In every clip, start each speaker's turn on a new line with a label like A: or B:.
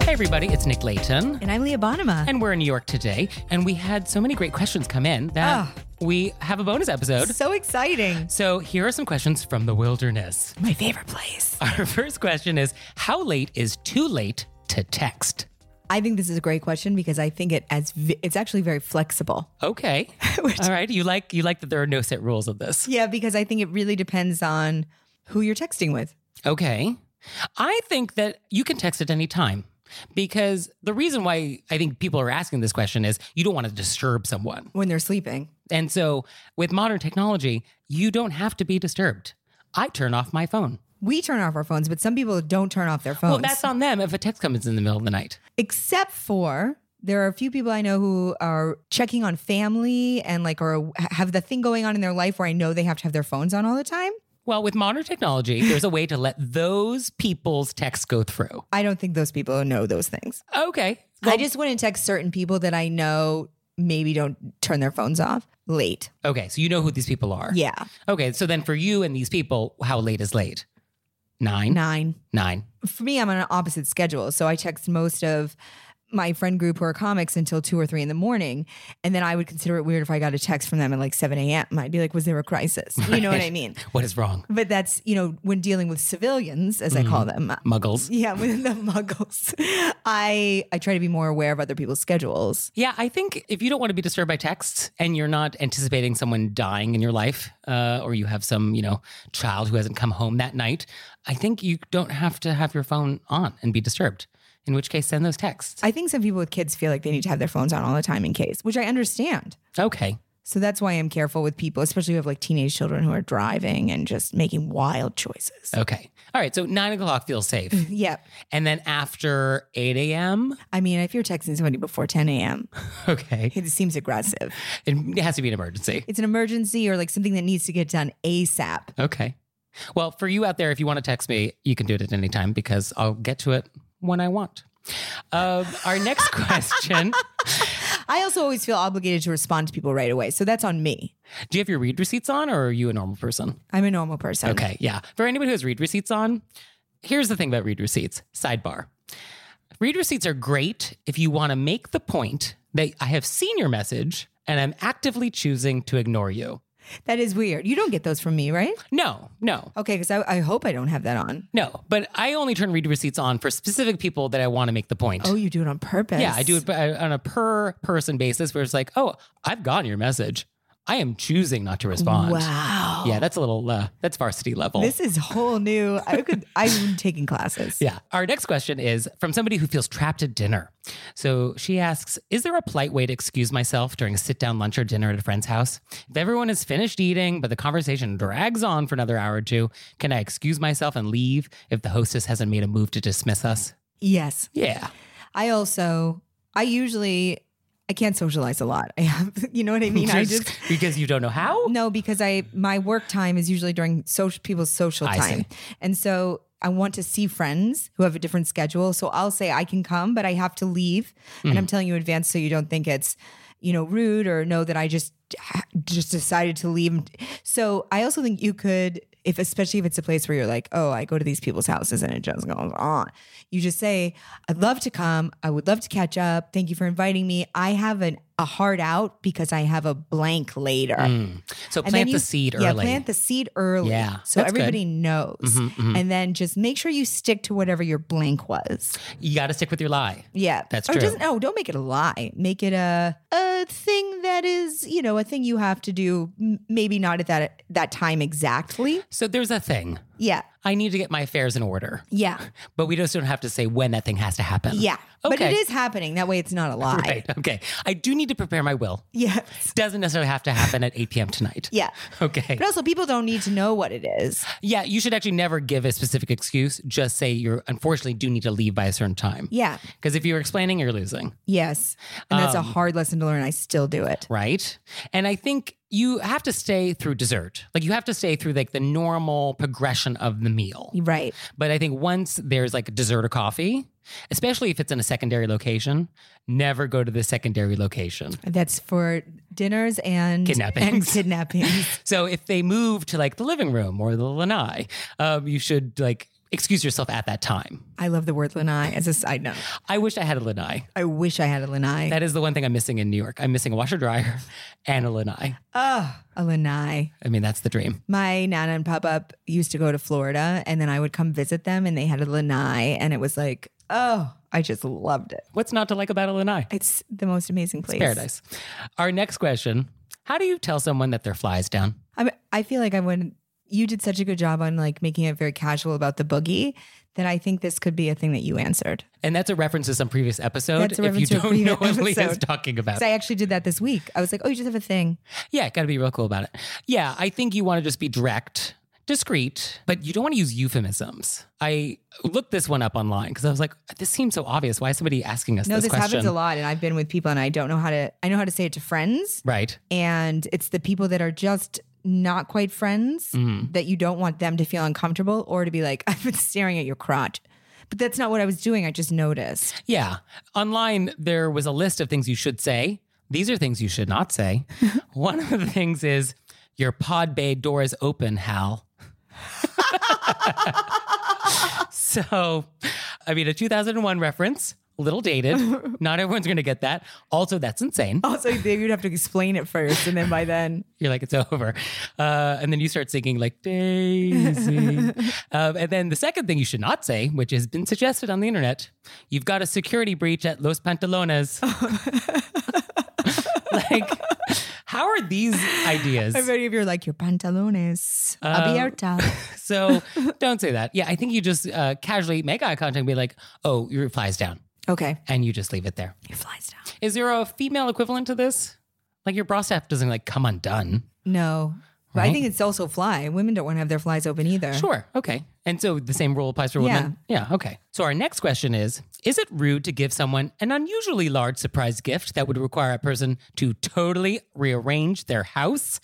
A: Hey everybody, it's Nick Layton.
B: And I'm Leah Bonema.
A: And we're in New York today. And we had so many great questions come in that we have a bonus episode.
B: so exciting.
A: So here are some questions from the wilderness.
B: My favorite place.
A: Our first question is How late is too late to text?
C: I think this is a great question because I think it as v- it's actually very flexible.
A: Okay. All right. You like you like that there are no set rules of this.
C: Yeah, because I think it really depends on who you're texting with.
A: Okay. I think that you can text at any time because the reason why I think people are asking this question is you don't want to disturb someone.
C: When they're sleeping,
A: And so with modern technology, you don't have to be disturbed. I turn off my phone.
C: we turn off our phones, but some people don't turn off their phones.
A: Well, that's on them if a text comes in the middle of the night.
C: except for there are a few people I know who are checking on family and like or have the thing going on in their life where I know they have to have their phones on all the time.
A: Well, with modern technology, there's a way to let those people's texts go through.
C: I don't think those people know those things.
A: Okay.
C: I just wouldn't text certain people that I know maybe don't turn their phones off late.
A: Okay, so you know who these people are.
C: Yeah,
A: Okay, so then for you and these people, how late is late? Nine?
C: nine.
A: Nine.
C: for me, I'm on an opposite schedule. So I text most of my friend group who are comics until two or three in the morning. And then I would consider it weird if I got a text from them at like 7 a.m. I'd be like, was there a crisis? You know what I mean?
A: What is wrong?
C: But that's, you know, when dealing with civilians, as I call them.
A: Muggles.
C: Yeah, with the muggles. I I try to be more aware of other people's schedules.
A: Yeah, I think if you don't want to be disturbed by texts and you're not anticipating someone dying in your life, uh, or you have some, you know, child who hasn't come home that night, I think you don't have to have your phone on and be disturbed. In which case, send those texts.
C: I think some people with kids feel like they need to have their phones on all the time in case, which I understand.
A: Okay.
C: So that's why I'm careful with people, especially who have like teenage children who are driving and just making wild choices.
A: Okay. All right. So nine o'clock feels safe.
C: Yep.
A: and then after 8 a.m.,
C: I mean, if you're texting somebody before 10 a.m.,
A: okay.
C: it seems aggressive.
A: It has to be an emergency.
C: It's an emergency or like something that needs to get done ASAP.
A: Okay. Well, for you out there, if you want to text me, you can do it at any time because I'll get to it when I want. Um, our next question
C: I also always feel obligated to respond to people right away. So that's on me.
A: Do you have your read receipts on or are you a normal person?
C: I'm a normal person.
A: Okay. Yeah. For anybody who has read receipts on, here's the thing about read receipts sidebar. Read receipts are great if you want to make the point that I have seen your message and I'm actively choosing to ignore you.
C: That is weird. You don't get those from me, right?
A: No, no,
C: Okay, because I, I hope I don't have that on.
A: no. But I only turn read receipts on for specific people that I want to make the point.
C: Oh, you do it on purpose.
A: Yeah, I do it by- on a per person basis where it's like, oh, I've gotten your message. I am choosing not to respond.
C: Wow.
A: Yeah, that's a little, uh, that's varsity level.
C: This is whole new. I could. I'm taking classes.
A: yeah. Our next question is from somebody who feels trapped at dinner. So she asks Is there a polite way to excuse myself during a sit down lunch or dinner at a friend's house? If everyone has finished eating, but the conversation drags on for another hour or two, can I excuse myself and leave if the hostess hasn't made a move to dismiss us?
C: Yes.
A: Yeah.
C: I also. I usually. I can't socialize a lot. I have. You know what I mean? I just.
A: because you don't know how?
C: No, because I my work time is usually during social people's social
A: I
C: time, and so I want to see friends who have a different schedule. So I'll say I can come, but I have to leave, and I'm telling you in advance so you don't think it's. you know, rude or know that I just just decided to leave. So I also think you could, if especially if it's a place where you're like, oh, I go to these people's houses and it just goes on. You just say, I'd love to come. I would love to catch up. Thank you for inviting me. I have an, a hard out because I have a blank later.
A: Mm. So
C: And
A: plant
C: then
A: the
C: you-
A: seed
C: Yeah,
A: early.
C: plant the seed early.
A: Yeah,
C: So
A: that's good.
C: everybody knows.
A: Mhm, mhm.
C: And then just make sure you stick to whatever your blank was.
A: you got to stick with your lie.
C: Yeah.
A: That's
C: or
A: true.
C: Just, no, don't make it a lie. Make it a a thing that is, you know, a thing you have to do. m- Maybe not at that that time exactly.
A: So there's a thing.
C: Yeah.
A: I need to get my affairs in order,
C: Yeah.
A: but we just don't have to say when that thing has to happen.
C: Yeah. But it
A: Okay.
C: is happening. That way it's not a lie.
A: Right. Okay. I do need to prepare my will.
C: Yes.
A: Doesn't necessarily have to happen at 8 p.m. tonight.
C: Yeah.
A: Okay.
C: But also people don't need to know what it is.
A: Yeah, you should actually never give a specific excuse. Just say you unfortunately do need to leave by a certain time.
C: Yeah.
A: Because if you're explaining, you're losing,
C: Yes. And that's a
A: Um,
C: hard lesson to learn. I still do it.
A: right? And I think you have to stay through dessert. Like you have to stay through like the normal progression of the meal.
C: Right.
A: But I think once there's like a dessert or coffee, especially if it's in a secondary location, never go to the secondary location.
C: That's for dinners and and
A: Kidnappings.
C: kidnappings.
A: So if they move to like the living room or the lanai, um, you should like excuse yourself at that time.
C: I love the word lanai as a side note.
A: I wish I had a lanai.
C: I wish I had a lanai.
A: That is the one thing I'm missing in New York. I'm missing a washer dryer and a lanai.
C: oh, a lanai.
A: I mean, that's the dream.
C: My nana and pop up used to go to Florida, and then I would come visit them, and they had a lanai, and it was like, oh, I just loved it.
A: What's not to like about a lanai?
C: It's the most amazing place.
A: Paradise. Our next question How do you tell someone that their fly's down?
C: I I feel like I would. You did such a good job on like making it very casual about the boogie that I think this could be a thing that you answered.
A: And that's a reference to some previous episode.
C: That's a
A: if you
C: reference to a
A: don't know what
C: previous
A: Leah is
C: episode.
A: talking about.
C: 'Cause I actually did that this week. I was like, oh, you just have a thing.
A: Yeah, got to be real cool about it. Yeah, I think you want to just be direct, discreet, but you don't want to use euphemisms. I looked this one up online because I was like, this seems so obvious. Why is somebody asking us
C: No,
A: this,
C: this
A: question?
C: happens a lot, and I've been with people, and I don't know how to. I know how to say it to friends,
A: Right.
C: and it's the people that are just not quite friends that you don't want them to feel uncomfortable or to be like, I've been staring at your crotch. But that's not what I was doing. I just noticed.
A: Yeah. Online, there was a list of things you should say. These are things you should not say. one of the things is your pod bay door is open, Hal. so, I mean, a 2001 reference, a little dated. Not everyone's going to get that. Also, that's insane.
C: Also, you'd have to explain it first, and then by then,
A: You're like, it's over. Uh, and then you start singing like Daisy. um, and then the second thing you should not say, which has been suggested on the internet, you've got a security breach at Los Pantalones. like, how are these ideas?
C: everybody of you are like, your pantalones abierta.
A: So don't say that. Yeah, I think you just uh, casually make eye contact and be like, oh, your flies down.
C: okay,
A: And you just leave it there.
C: your flies down.
A: Is there a female equivalent to this? Like your bra staff doesn't like come undone.
C: No, but I
A: Right.
C: think it's also fly. Women don't want to have their flies open either.
A: Sure. Okay. And so the same rule applies for women? Yeah. Okay. So our next question is Is it rude to give someone an unusually large surprise gift that would require a person to totally rearrange their house?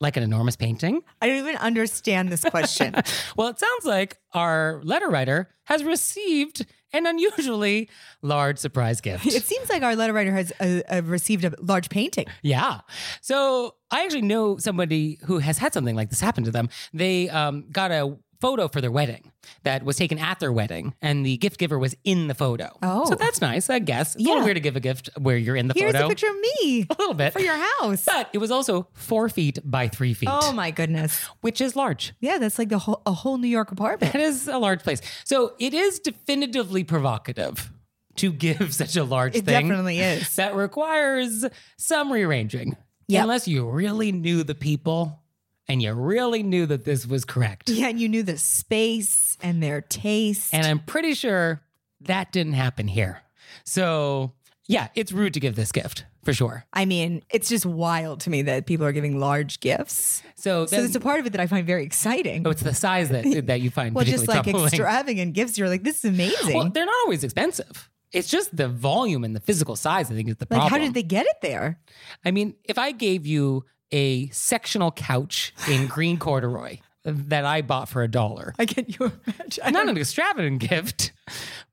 A: Like an enormous painting?
C: I don't even understand this question.
A: Well, it sounds like our letter writer has received an unusually large surprise gift.
C: it seems like our letter writer has uh, uh, received a large painting.
A: Yeah. So I actually know somebody who has had something like this happen to them. They um, got a photo for their wedding that was taken at their wedding, and the gift giver was in the photo.
C: Oh.
A: So that's nice, I guess. It's a little
C: Yeah.
A: weird to give a gift where you're in the
C: Here's
A: photo.
C: a picture of me
A: A little bit.
C: for your house.
A: but it was also four feet by three feet,
C: Oh my goodness.
A: which is large.
C: Yeah, that's like the whole a whole New York apartment.
A: It is a large place. So it is definitively provocative to give such a large
C: It
A: thing.
C: definitely is.
A: that requires some rearranging.
C: Yep.
A: Unless you really knew the people and you really knew that this was correct.
C: Yeah, and you knew the space and their taste.
A: And I'm pretty sure that didn't happen here. So, yeah, it's rude to give this gift for sure.
C: I mean, it's just wild to me that people are giving large gifts.
A: So,
C: So
A: then-
C: there's a part of it that I find very exciting.
A: oh, it's the size that, that you find
C: Well, just
A: particularly
C: like
A: troubling.
C: extravagant gifts, you're like, this is amazing.
A: Well, they're not always expensive. It's just the volume and the physical size, I think, is the
C: like,
A: problem.
C: how did they get it there?
A: I mean, if I gave you a sectional couch in green corduroy that I bought for a dollar,
C: I can you imagine? I
A: not
C: don't,
A: an extravagant gift,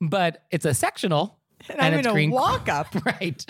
A: but it's a sectional
C: and I'm
A: it's
C: in a
A: green.
C: walk up.
A: right.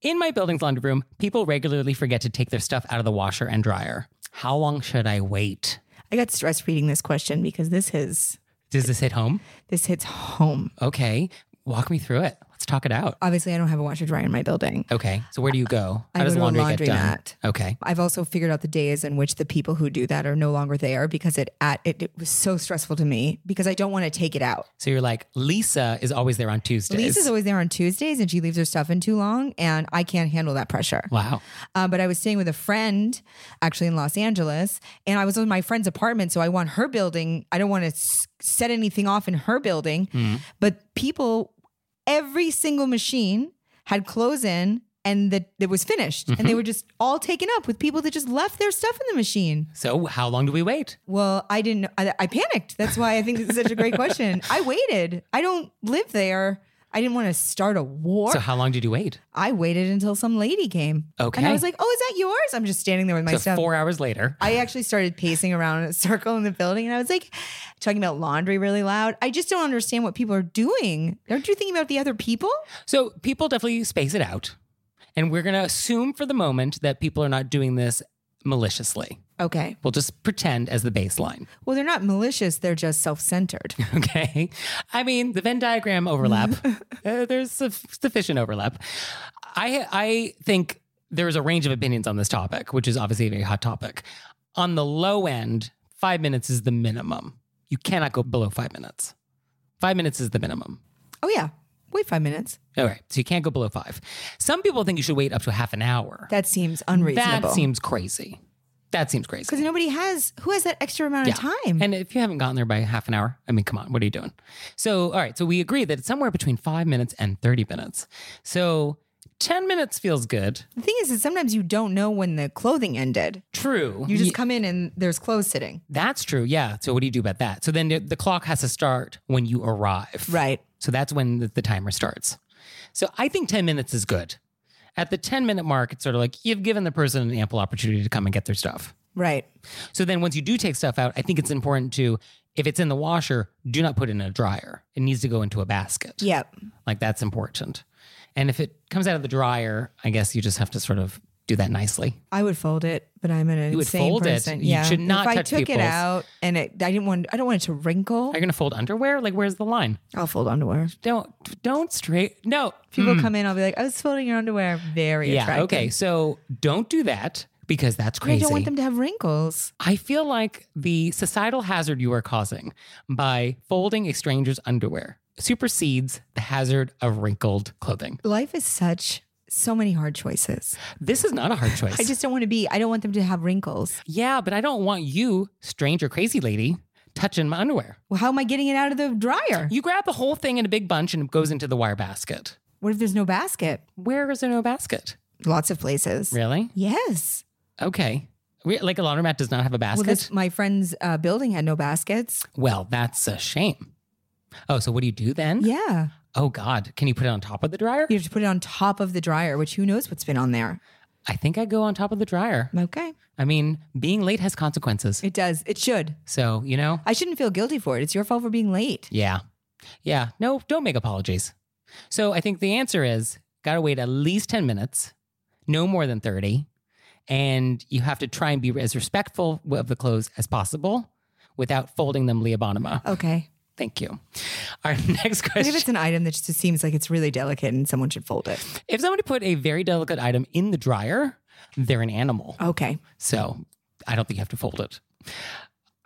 A: in my building's laundry room, people regularly forget to take their stuff out of the washer and dryer. How long should I wait?
C: I got stressed reading this question because this is
A: Does this hit home?
C: this hits home.
A: Okay, walk me through it. Let's talk it out.
C: Obviously, I don't have a washer dryer in my building.
A: Okay, so where do you go?
C: I
A: How does
C: go to a
A: laundry get done?
C: laundromat.
A: Okay,
C: I've also figured out the days in which the people who do that are no longer there because it at it, it was so stressful to me because I don't want to take it out.
A: so you're like Lisa is always there on Tuesdays.
C: Lisa's always there on Tuesdays and she leaves her stuff in too long and I can't handle that pressure.
A: wow.
C: Uh, but I was staying with a friend actually in Los Angeles, and I was in my friend's apartment. So I want her building. I don't want to s- set anything off in her building. But people, every single machine had clothes in and that it was finished. And they were just all taken up with people that just left their stuff in the machine.
A: So how long do we wait?
C: Well, I didn't, I, I panicked. That's why I think this is such a great question. I waited. I don't live there. I didn't want to start a war.
A: So how long did you wait?
C: I waited until some lady came.
A: Okay.
C: And I was like, oh, is that yours? I'm just standing there with my
A: So
C: stuff.
A: four hours later.
C: I actually started pacing around in a circle in the building and I was like talking about laundry really loud. I just don't understand what people are doing. Aren't you thinking about the other people?
A: So people definitely space it out. And we're going to assume for the moment that people are not doing this maliciously.
C: Okay.
A: We'll just pretend as the baseline.
C: Well, they're not malicious, they're just self centered.
A: Okay. I mean, the Venn diagram overlap, uh, there's suf- sufficient overlap. I, I think there is a range of opinions on this topic, which is obviously a very hot topic. On the low end, five minutes is the minimum. You cannot go below five minutes. Five minutes is the minimum.
C: oh, yeah. Wait five minutes.
A: All right. So you can't go below five. Some people think you should wait up to half an hour.
C: That seems unreasonable.
A: That seems crazy. That seems crazy.
C: because nobody has who has that extra amount of
A: Yeah.
C: time.
A: And if you haven't gotten there by half an hour, I mean, come on, what are you doing? So, all right, so we agree that it's somewhere between five minutes and 30 minutes. So, 10 minutes feels good.
C: the thing is, is sometimes you don't know when the clothing ended.
A: True.
C: You just come in and there's clothes sitting.
A: That's true. Yeah. So, what do you do about that? So, then the- the clock has to start when you arrive.
C: Right.
A: So, that's when the, the timer starts. So, I think 10 minutes is good. At the 10 minute mark, it's sort of like you've given the person an ample opportunity to come and get their stuff.
C: Right.
A: So then once you do take stuff out, I think it's important to if it's in the washer, do not put it in a dryer. It needs to go into a basket.
C: Yep.
A: Like that's important. And if it comes out of the dryer, I guess you just have to sort of do that nicely.
C: I would fold it, but I'm an insane
A: would fold it.
C: person.
A: You should not
C: If I
A: touch
C: took it
A: people's-
C: out and it, I didn't want, I don't want it to wrinkle.
A: Are you gonna fold underwear? Like where's the line?
C: I'll fold underwear.
A: Don't don't straight no.
C: People come in, I'll be like, I was folding your underwear. Very
A: Hmm. Yeah,
C: attractive.
A: okay. So don't do that because that's
C: I
A: crazy.
C: don't want them to have wrinkles.
A: I feel like the societal hazard you are causing by folding a stranger's underwear supersedes the hazard of wrinkled clothing.
C: Life is such so many hard choices.
A: This is not a hard choice.
C: I just don't want to be. I don't want them to have wrinkles.
A: Yeah, but I don't want you, stranger crazy lady, touching my underwear.
C: Well, how am I getting it out of the dryer?
A: You grab the whole thing in a big bunch and it goes into the wire basket.
C: What if there's no basket?
A: Where is there no basket?
C: Lots of places.
A: Really?
C: Yes.
A: Okay. We, like a laundromat does not have a
C: Well,
A: basket?
C: this, my friend's uh, building had no baskets.
A: well, that's a shame. Oh, so what do you do then?
C: Yeah.
A: Oh, God. Can you put it on top of the dryer?
C: You have to put it on top of the dryer, which who knows what's been on there.
A: I think I go on top of the dryer.
C: Okay.
A: I mean, being late has consequences.
C: It does. It should.
A: So, you know,
C: I shouldn't feel guilty for it. It's your fault for being late.
A: yeah. Yeah. No, don't make apologies. So I think the answer is got to wait at least 10 minutes, no more than 30. And you have to try and be as respectful of the clothes as possible without folding them Leobonima.
C: Okay.
A: Thank you. Our next
C: What
A: question.
C: if it's an item that just seems like it's really delicate and someone should fold it?
A: If somebody put a very delicate item in the dryer, they're an animal.
C: Okay.
A: So I don't think you have to fold it.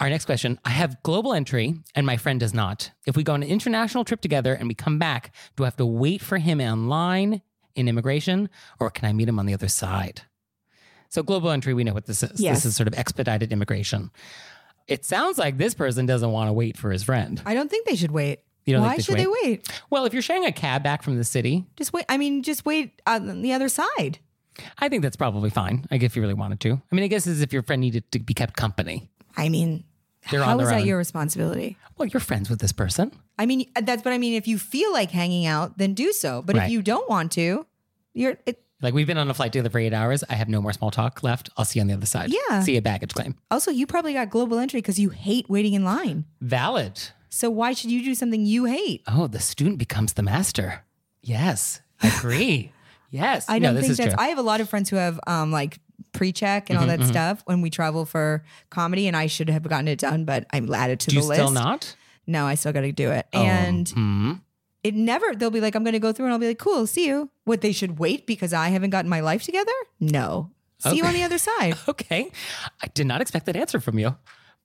A: Our next question I have global entry and my friend does not. If we go on an international trip together and we come back, do I have to wait for him online in immigration or can I meet him on the other side? So, global entry, we know what this is. This
C: Yes.
A: is sort of expedited immigration. It sounds like this person doesn't want to wait for his friend.
C: I don't think they should wait.
A: You don't
C: Why
A: think they
C: should they wait?
A: Well, if you're sharing a cab back from the city,
C: Just wait. I mean, just wait on the other side.
A: I think that's probably fine. Like, if you really wanted to. I mean, I guess it's if your friend needed to be kept company.
C: I mean,
A: They're on
C: how
A: their
C: is that
A: own.
C: your responsibility?
A: Well, you're friends with this person.
C: I mean, that's what I mean. If you feel like hanging out, then do so. But
A: Right.
C: if you don't want to, you're it,
A: Like we've been on a flight together for eight hours. I have no more small talk left. I'll see you on the other side.
C: Yeah.
A: See you at baggage claim.
C: also you probably got global entry because you hate waiting in line.
A: Valid.
C: So why should you do something you hate?
A: Oh, the student becomes the master. Yes. Agree. yes.
C: I
A: no,
C: don't
A: this
C: think
A: is Mm-hmm,
C: that's.
A: true.
C: I have a lot of friends who have um like pre-check and all that stuff when we travel for comedy, and I should have gotten it done, but I'm added to
A: Do
C: the
A: you
C: list.
A: still not?
C: No, I still got to do it,
A: Oh,
C: and
A: hmm.
C: it never. They'll be like, "I'm going to go through," and I'll be like, "Cool, see you." What they should wait because I haven't gotten my life together. No, see you
A: Okay.
C: on the other side.
A: Okay. I did not expect that answer from you.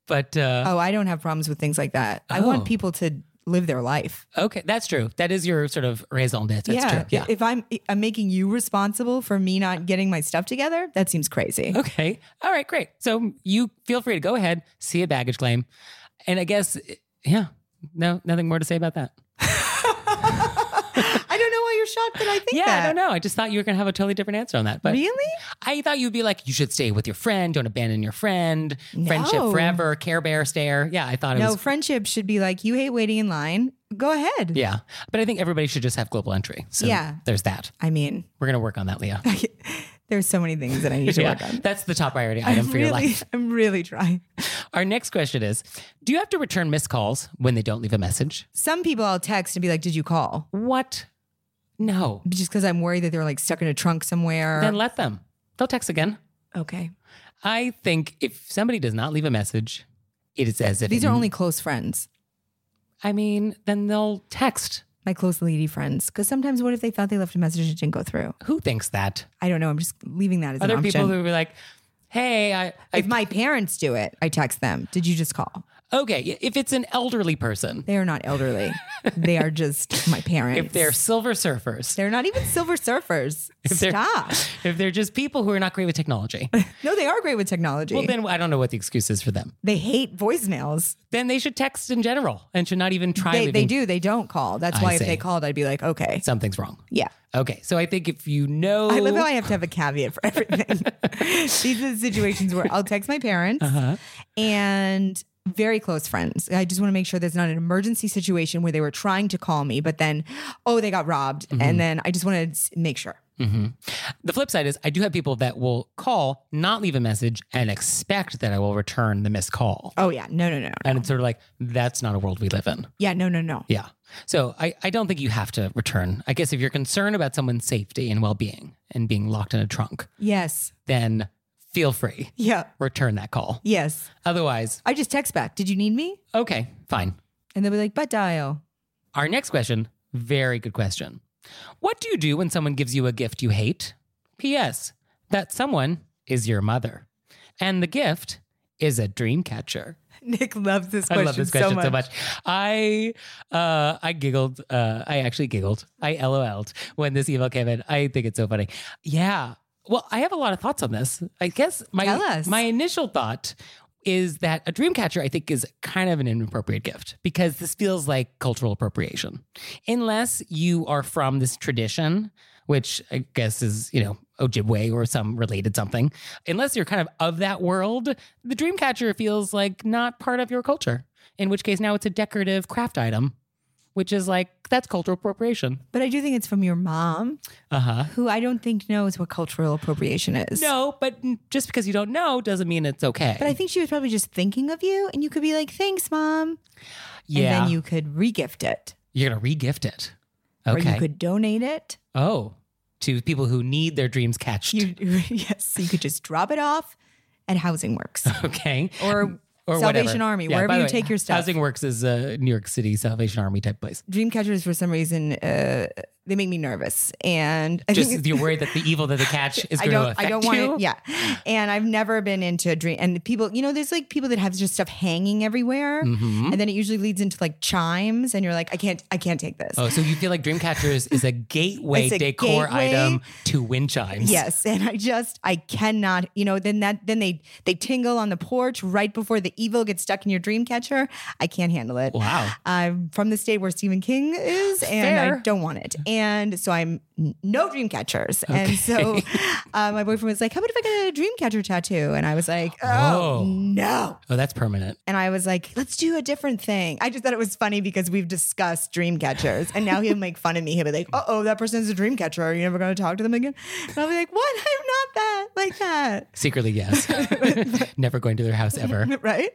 A: But uh,
C: Oh, I don't have problems with things like that. I
A: Oh.
C: want people to live their life.
A: okay, that's true. That is your sort of raison d'etre. That's true. Yeah.
C: If I'm I'm making you responsible for me not getting my stuff together, that seems crazy.
A: Okay. All right. Great. So you feel free to go ahead, see a baggage claim. And I guess, yeah, no, nothing more to say about that.
C: I don't know why you're shocked that I think
A: Yeah,
C: that.
A: I don't know. I just thought you were going to have a totally different answer on that. But
C: Really?
A: I thought you'd be like, you should stay with your friend. Don't abandon your friend. Friendship
C: No.
A: forever. Care bear stare. Yeah, I thought it
C: No,
A: was.
C: friendship should be like you hate waiting in line. Go ahead.
A: Yeah. But I think everybody should just have global entry. So
C: Yeah.
A: there's that.
C: I mean,
A: We're going to work on that, Leah.
C: there's so many things that I need to
A: Yeah,
C: work on.
A: that's the top priority item for
C: really,
A: your life.
C: I'm really trying.
A: Our next question is Do you have to return missed calls when they don't leave a message?
C: Some people I'll text and be like, "Did you call?"
A: What? No.
C: Just because I'm worried that they're like stuck in a trunk somewhere.
A: Then let them. They'll text again.
C: okay.
A: I think if somebody does not leave a message, it is as if
C: These
A: it-
C: are only close friends,
A: I mean, then they'll text.
C: my close lady friends. Because sometimes, what if they thought they left a message and it didn't go through?
A: Who thinks that?
C: I don't know. I'm just leaving that as
A: Other
C: an option.
A: people who be like, "Hey, I, I
C: if my parents do it, I text them. Did you just call?
A: okay." If it's an elderly person,
C: They are not elderly. they are just my parents.
A: if they're silver surfers,
C: they're not even silver surfers.
A: they're-
C: Stop.
A: if they're just people who are not great with technology,
C: No, they are great with technology.
A: well, then I don't know what the excuse is for them.
C: they hate voicemails.
A: Then they should text in general and should not even try.
C: They, they
A: leaving-
C: do. They don't call. That's
A: I
C: why if
A: see.
C: they called, I'd be like, okay,
A: Something's wrong.
C: yeah.
A: Okay, so I think if you know,
C: I love how I have to
A: Oh.
C: have a caveat for everything. These are the situations where I'll text my parents
A: Uh-huh.
C: and very close friends. I just want to make sure there's not an emergency situation where they were trying to call me, but then, oh, they got robbed.
A: Mm-hmm.
C: And then I just want to make sure.
A: Mhm. The flip side is, I do have people that will call, not leave a message, and expect that I will return the missed call.
C: Oh, yeah. No, no, no.
A: And it's sort of like, that's not a world we live in.
C: Yeah, no, no, no.
A: Yeah. So I, I don't think you have to return. I guess if you're concerned about someone's safety and well being and being locked in a trunk,
C: Yes.
A: then feel free,
C: Yeah.
A: return that call.
C: Yes.
A: Otherwise,
C: I just text back. Did you need me?
A: okay, fine.
C: And they'll be like, but dial.
A: Our next question very good question. What do you do when someone gives you a gift you hate? P.S. That someone is your mother, and the gift is a dream catcher.
C: Nick loves this
A: I
C: question,
A: love this question so much. I uh, I giggled. Uh, I actually giggled. I LOL'd when this email came in. I think it's so funny. Yeah. Well, I have a lot of thoughts on this. I guess my
C: Tell us.
A: my initial thought is that a dream catcher I think is kind of an inappropriate gift because this feels like cultural appropriation. Unless you are from this tradition, which I guess is, you know, Ojibwe or some related something. Unless you're kind of of that world, the dream catcher feels like not part of your culture. In which case now it's a decorative craft item, which is like that's cultural appropriation.
C: But I do think it's from your mom,
A: Uh-huh.
C: who I don't think knows what cultural appropriation is.
A: No, but just because you don't know doesn't mean it's okay.
C: But I think she was probably just thinking of you, and you could be like, thanks, mom.
A: yeah,
C: And then you could regift it.
A: you're gonna regift it. Okay.
C: Or you could donate it.
A: Oh, to people who need their dreams catched.
C: You yes, you could just drop it off at Housing Works
A: okay.
C: or
A: Or
C: Salvation
A: whatever.
C: Army,
A: Yeah,
C: wherever
A: by the
C: you
A: way,
C: take your stuff.
A: Housing Works is a New York City Salvation Army type place.
C: Dream catchers, for some reason, uh, they make me nervous, and I
A: Just
C: think
A: you're worried that the evil that they catch is
C: I
A: going to
C: don't.
A: affect
C: I don't
A: you.
C: want it. Yeah, and I've never been into a dream. And the people, you know, there's like people that have just stuff hanging everywhere,
A: Mhm.
C: and then it usually leads into like chimes, and you're like, I can't, I can't take this.
A: Oh, so you feel like Dreamcatchers is a gateway
C: It's a
A: decor
C: gateway.
A: item to wind chimes.
C: Yes, and I just I cannot, you know. Then that then they they tingle on the porch right before the evil gets stuck in your dream catcher. I can't handle it.
A: Wow.
C: I'm from the state where Stephen King is, and
A: Fair.
C: I don't want it. And so I'm n- no dream catchers. And so uh, my boyfriend was like, "How about if I get a dream catcher tattoo?" And I was like, "Oh
A: Oh.
C: no!"
A: Oh, that's permanent.
C: And I was like, "Let's do a different thing." I just thought it was funny because we've discussed dream catchers, and now he'll make fun of me. He'll be like, "Uh oh, that person's a dream catcher. Are you never going to talk to them again?" And I'll be like, "What? I'm not that like that."
A: Secretly, yes. Never going to their house ever.
C: Right?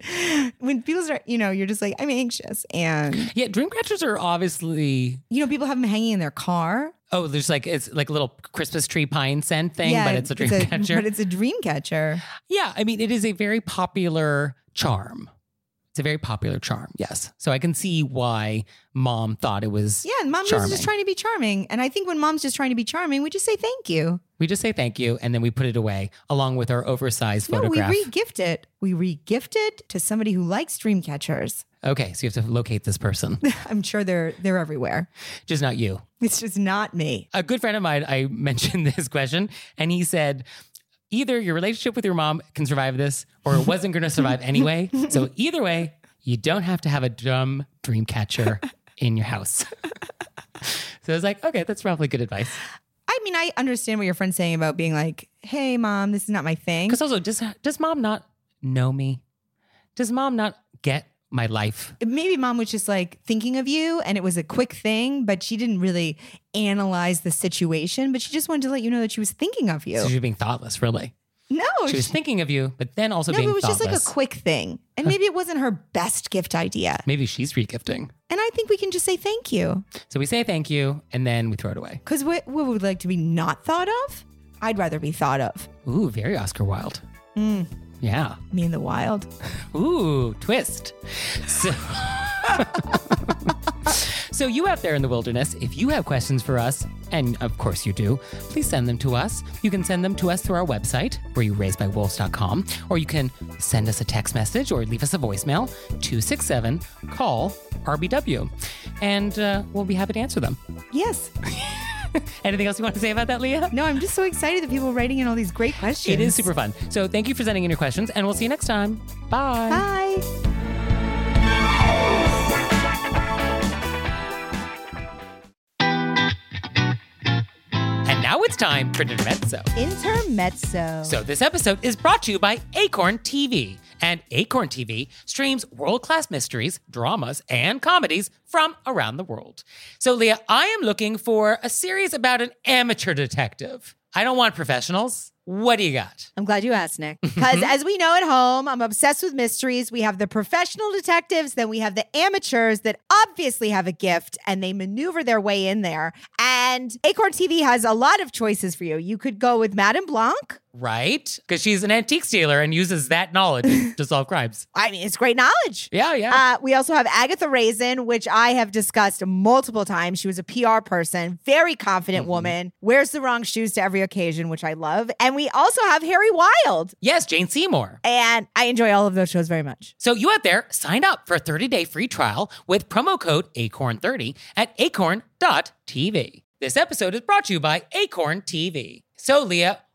C: When people start, you know, you're just like, I'm anxious. And,
A: Yeah, Dreamcatchers are obviously
C: you know, people have them hanging in their car.
A: oh, there's like it's like a little Christmas tree pine scent thing, but it's a Dreamcatcher.
C: But it's a dream catcher.
A: Yeah, I mean, it is a very popular charm. It's a very popular charm, yes. So I can see why mom thought it was.
C: Yeah, and mom was
A: Charming.
C: just trying to be charming. And I think when mom's just trying to be charming, we just say thank you.
A: We just say thank you and then we put it away along with our oversized
C: No, we
A: photograph.
C: re-gift it. We re-gift it to somebody who likes dream catchers.
A: okay, so you have to locate this person,
C: I'm sure they're they're everywhere.
A: just not you.
C: It's just not me.
A: A good friend of mine, I mentioned this question and he said, either your relationship with your mom can survive this or it wasn't going to survive anyway. So either way, you don't have to have a dumb dream catcher in your house. So I was like, okay, that's probably good advice.
D: I mean, I understand what your friend's saying about being like, hey, mom, this is not my thing.
A: Because also, does does mom not know me? Does mom not get my life?
D: Maybe mom was just like thinking of you and it was a quick thing, but she didn't really analyze the situation, but she just wanted to let you know that she was thinking of you.
A: So she's being thoughtless, really.
D: no,
A: She was thinking of you, but then
D: Oh,
A: also
D: no, but
A: being
D: it was
A: thoughtless.
D: just like a quick thing. And maybe it wasn't her best gift idea.
A: Maybe she's regifting.
D: And I think we can just say thank you.
A: So we say thank you, and then we throw it away.
D: Because what, what would we like to be not thought of? I'd rather be thought of.
A: Ooh, very Oscar Wilde.
D: Mm.
A: Yeah.
D: Me in the wild.
A: Ooh, twist. So, so you out there in the wilderness, if you have questions for us, and of course you do, please send them to us. You can send them to us through our website, where you raisedbywolves.com, or you can send us a text message or leave us a voicemail, 267 call RBW, and uh, we'll be happy to answer them.
D: Yes.
A: Anything else you want to say about that, Leah?
D: No, I'm just so excited that people are writing in all these great questions.
A: It is super fun. So thank you for sending in your questions, and we'll see you next time. Bye.
D: Bye.
A: And now it's time for Intermezzo.
C: Intermezzo.
A: So this episode is brought to you by Acorn TV. And Acorn TV streams world-class mysteries, dramas, and comedies from around the world. So Leah, I am looking for a series about an amateur detective. I don't want professionals. What do you got?
C: I'm glad you asked, Nick. Because as we know at home, I'm obsessed with mysteries. We have the professional detectives, then we have the amateurs that obviously have a gift and they maneuver their way in there. And Acorn TV has a lot of choices for you. You could go with Madame Blanc.
A: Right? Because she's an antiques dealer and uses that knowledge to solve crimes.
C: I mean, it's great knowledge.
A: Yeah, yeah.
C: Uh, we also have Agatha Raisin, which I have discussed multiple times. She was a PR person, very confident woman, wears the wrong shoes to every occasion, which I love. And we also have Harry Wilde.
A: yes, Jane Seymour.
C: And I enjoy all of those shows very much.
A: So you out there, sign up for a 30-day free trial with promo code ACORN30 at acorn.tv. This episode is brought to you by Acorn TV. So Leah,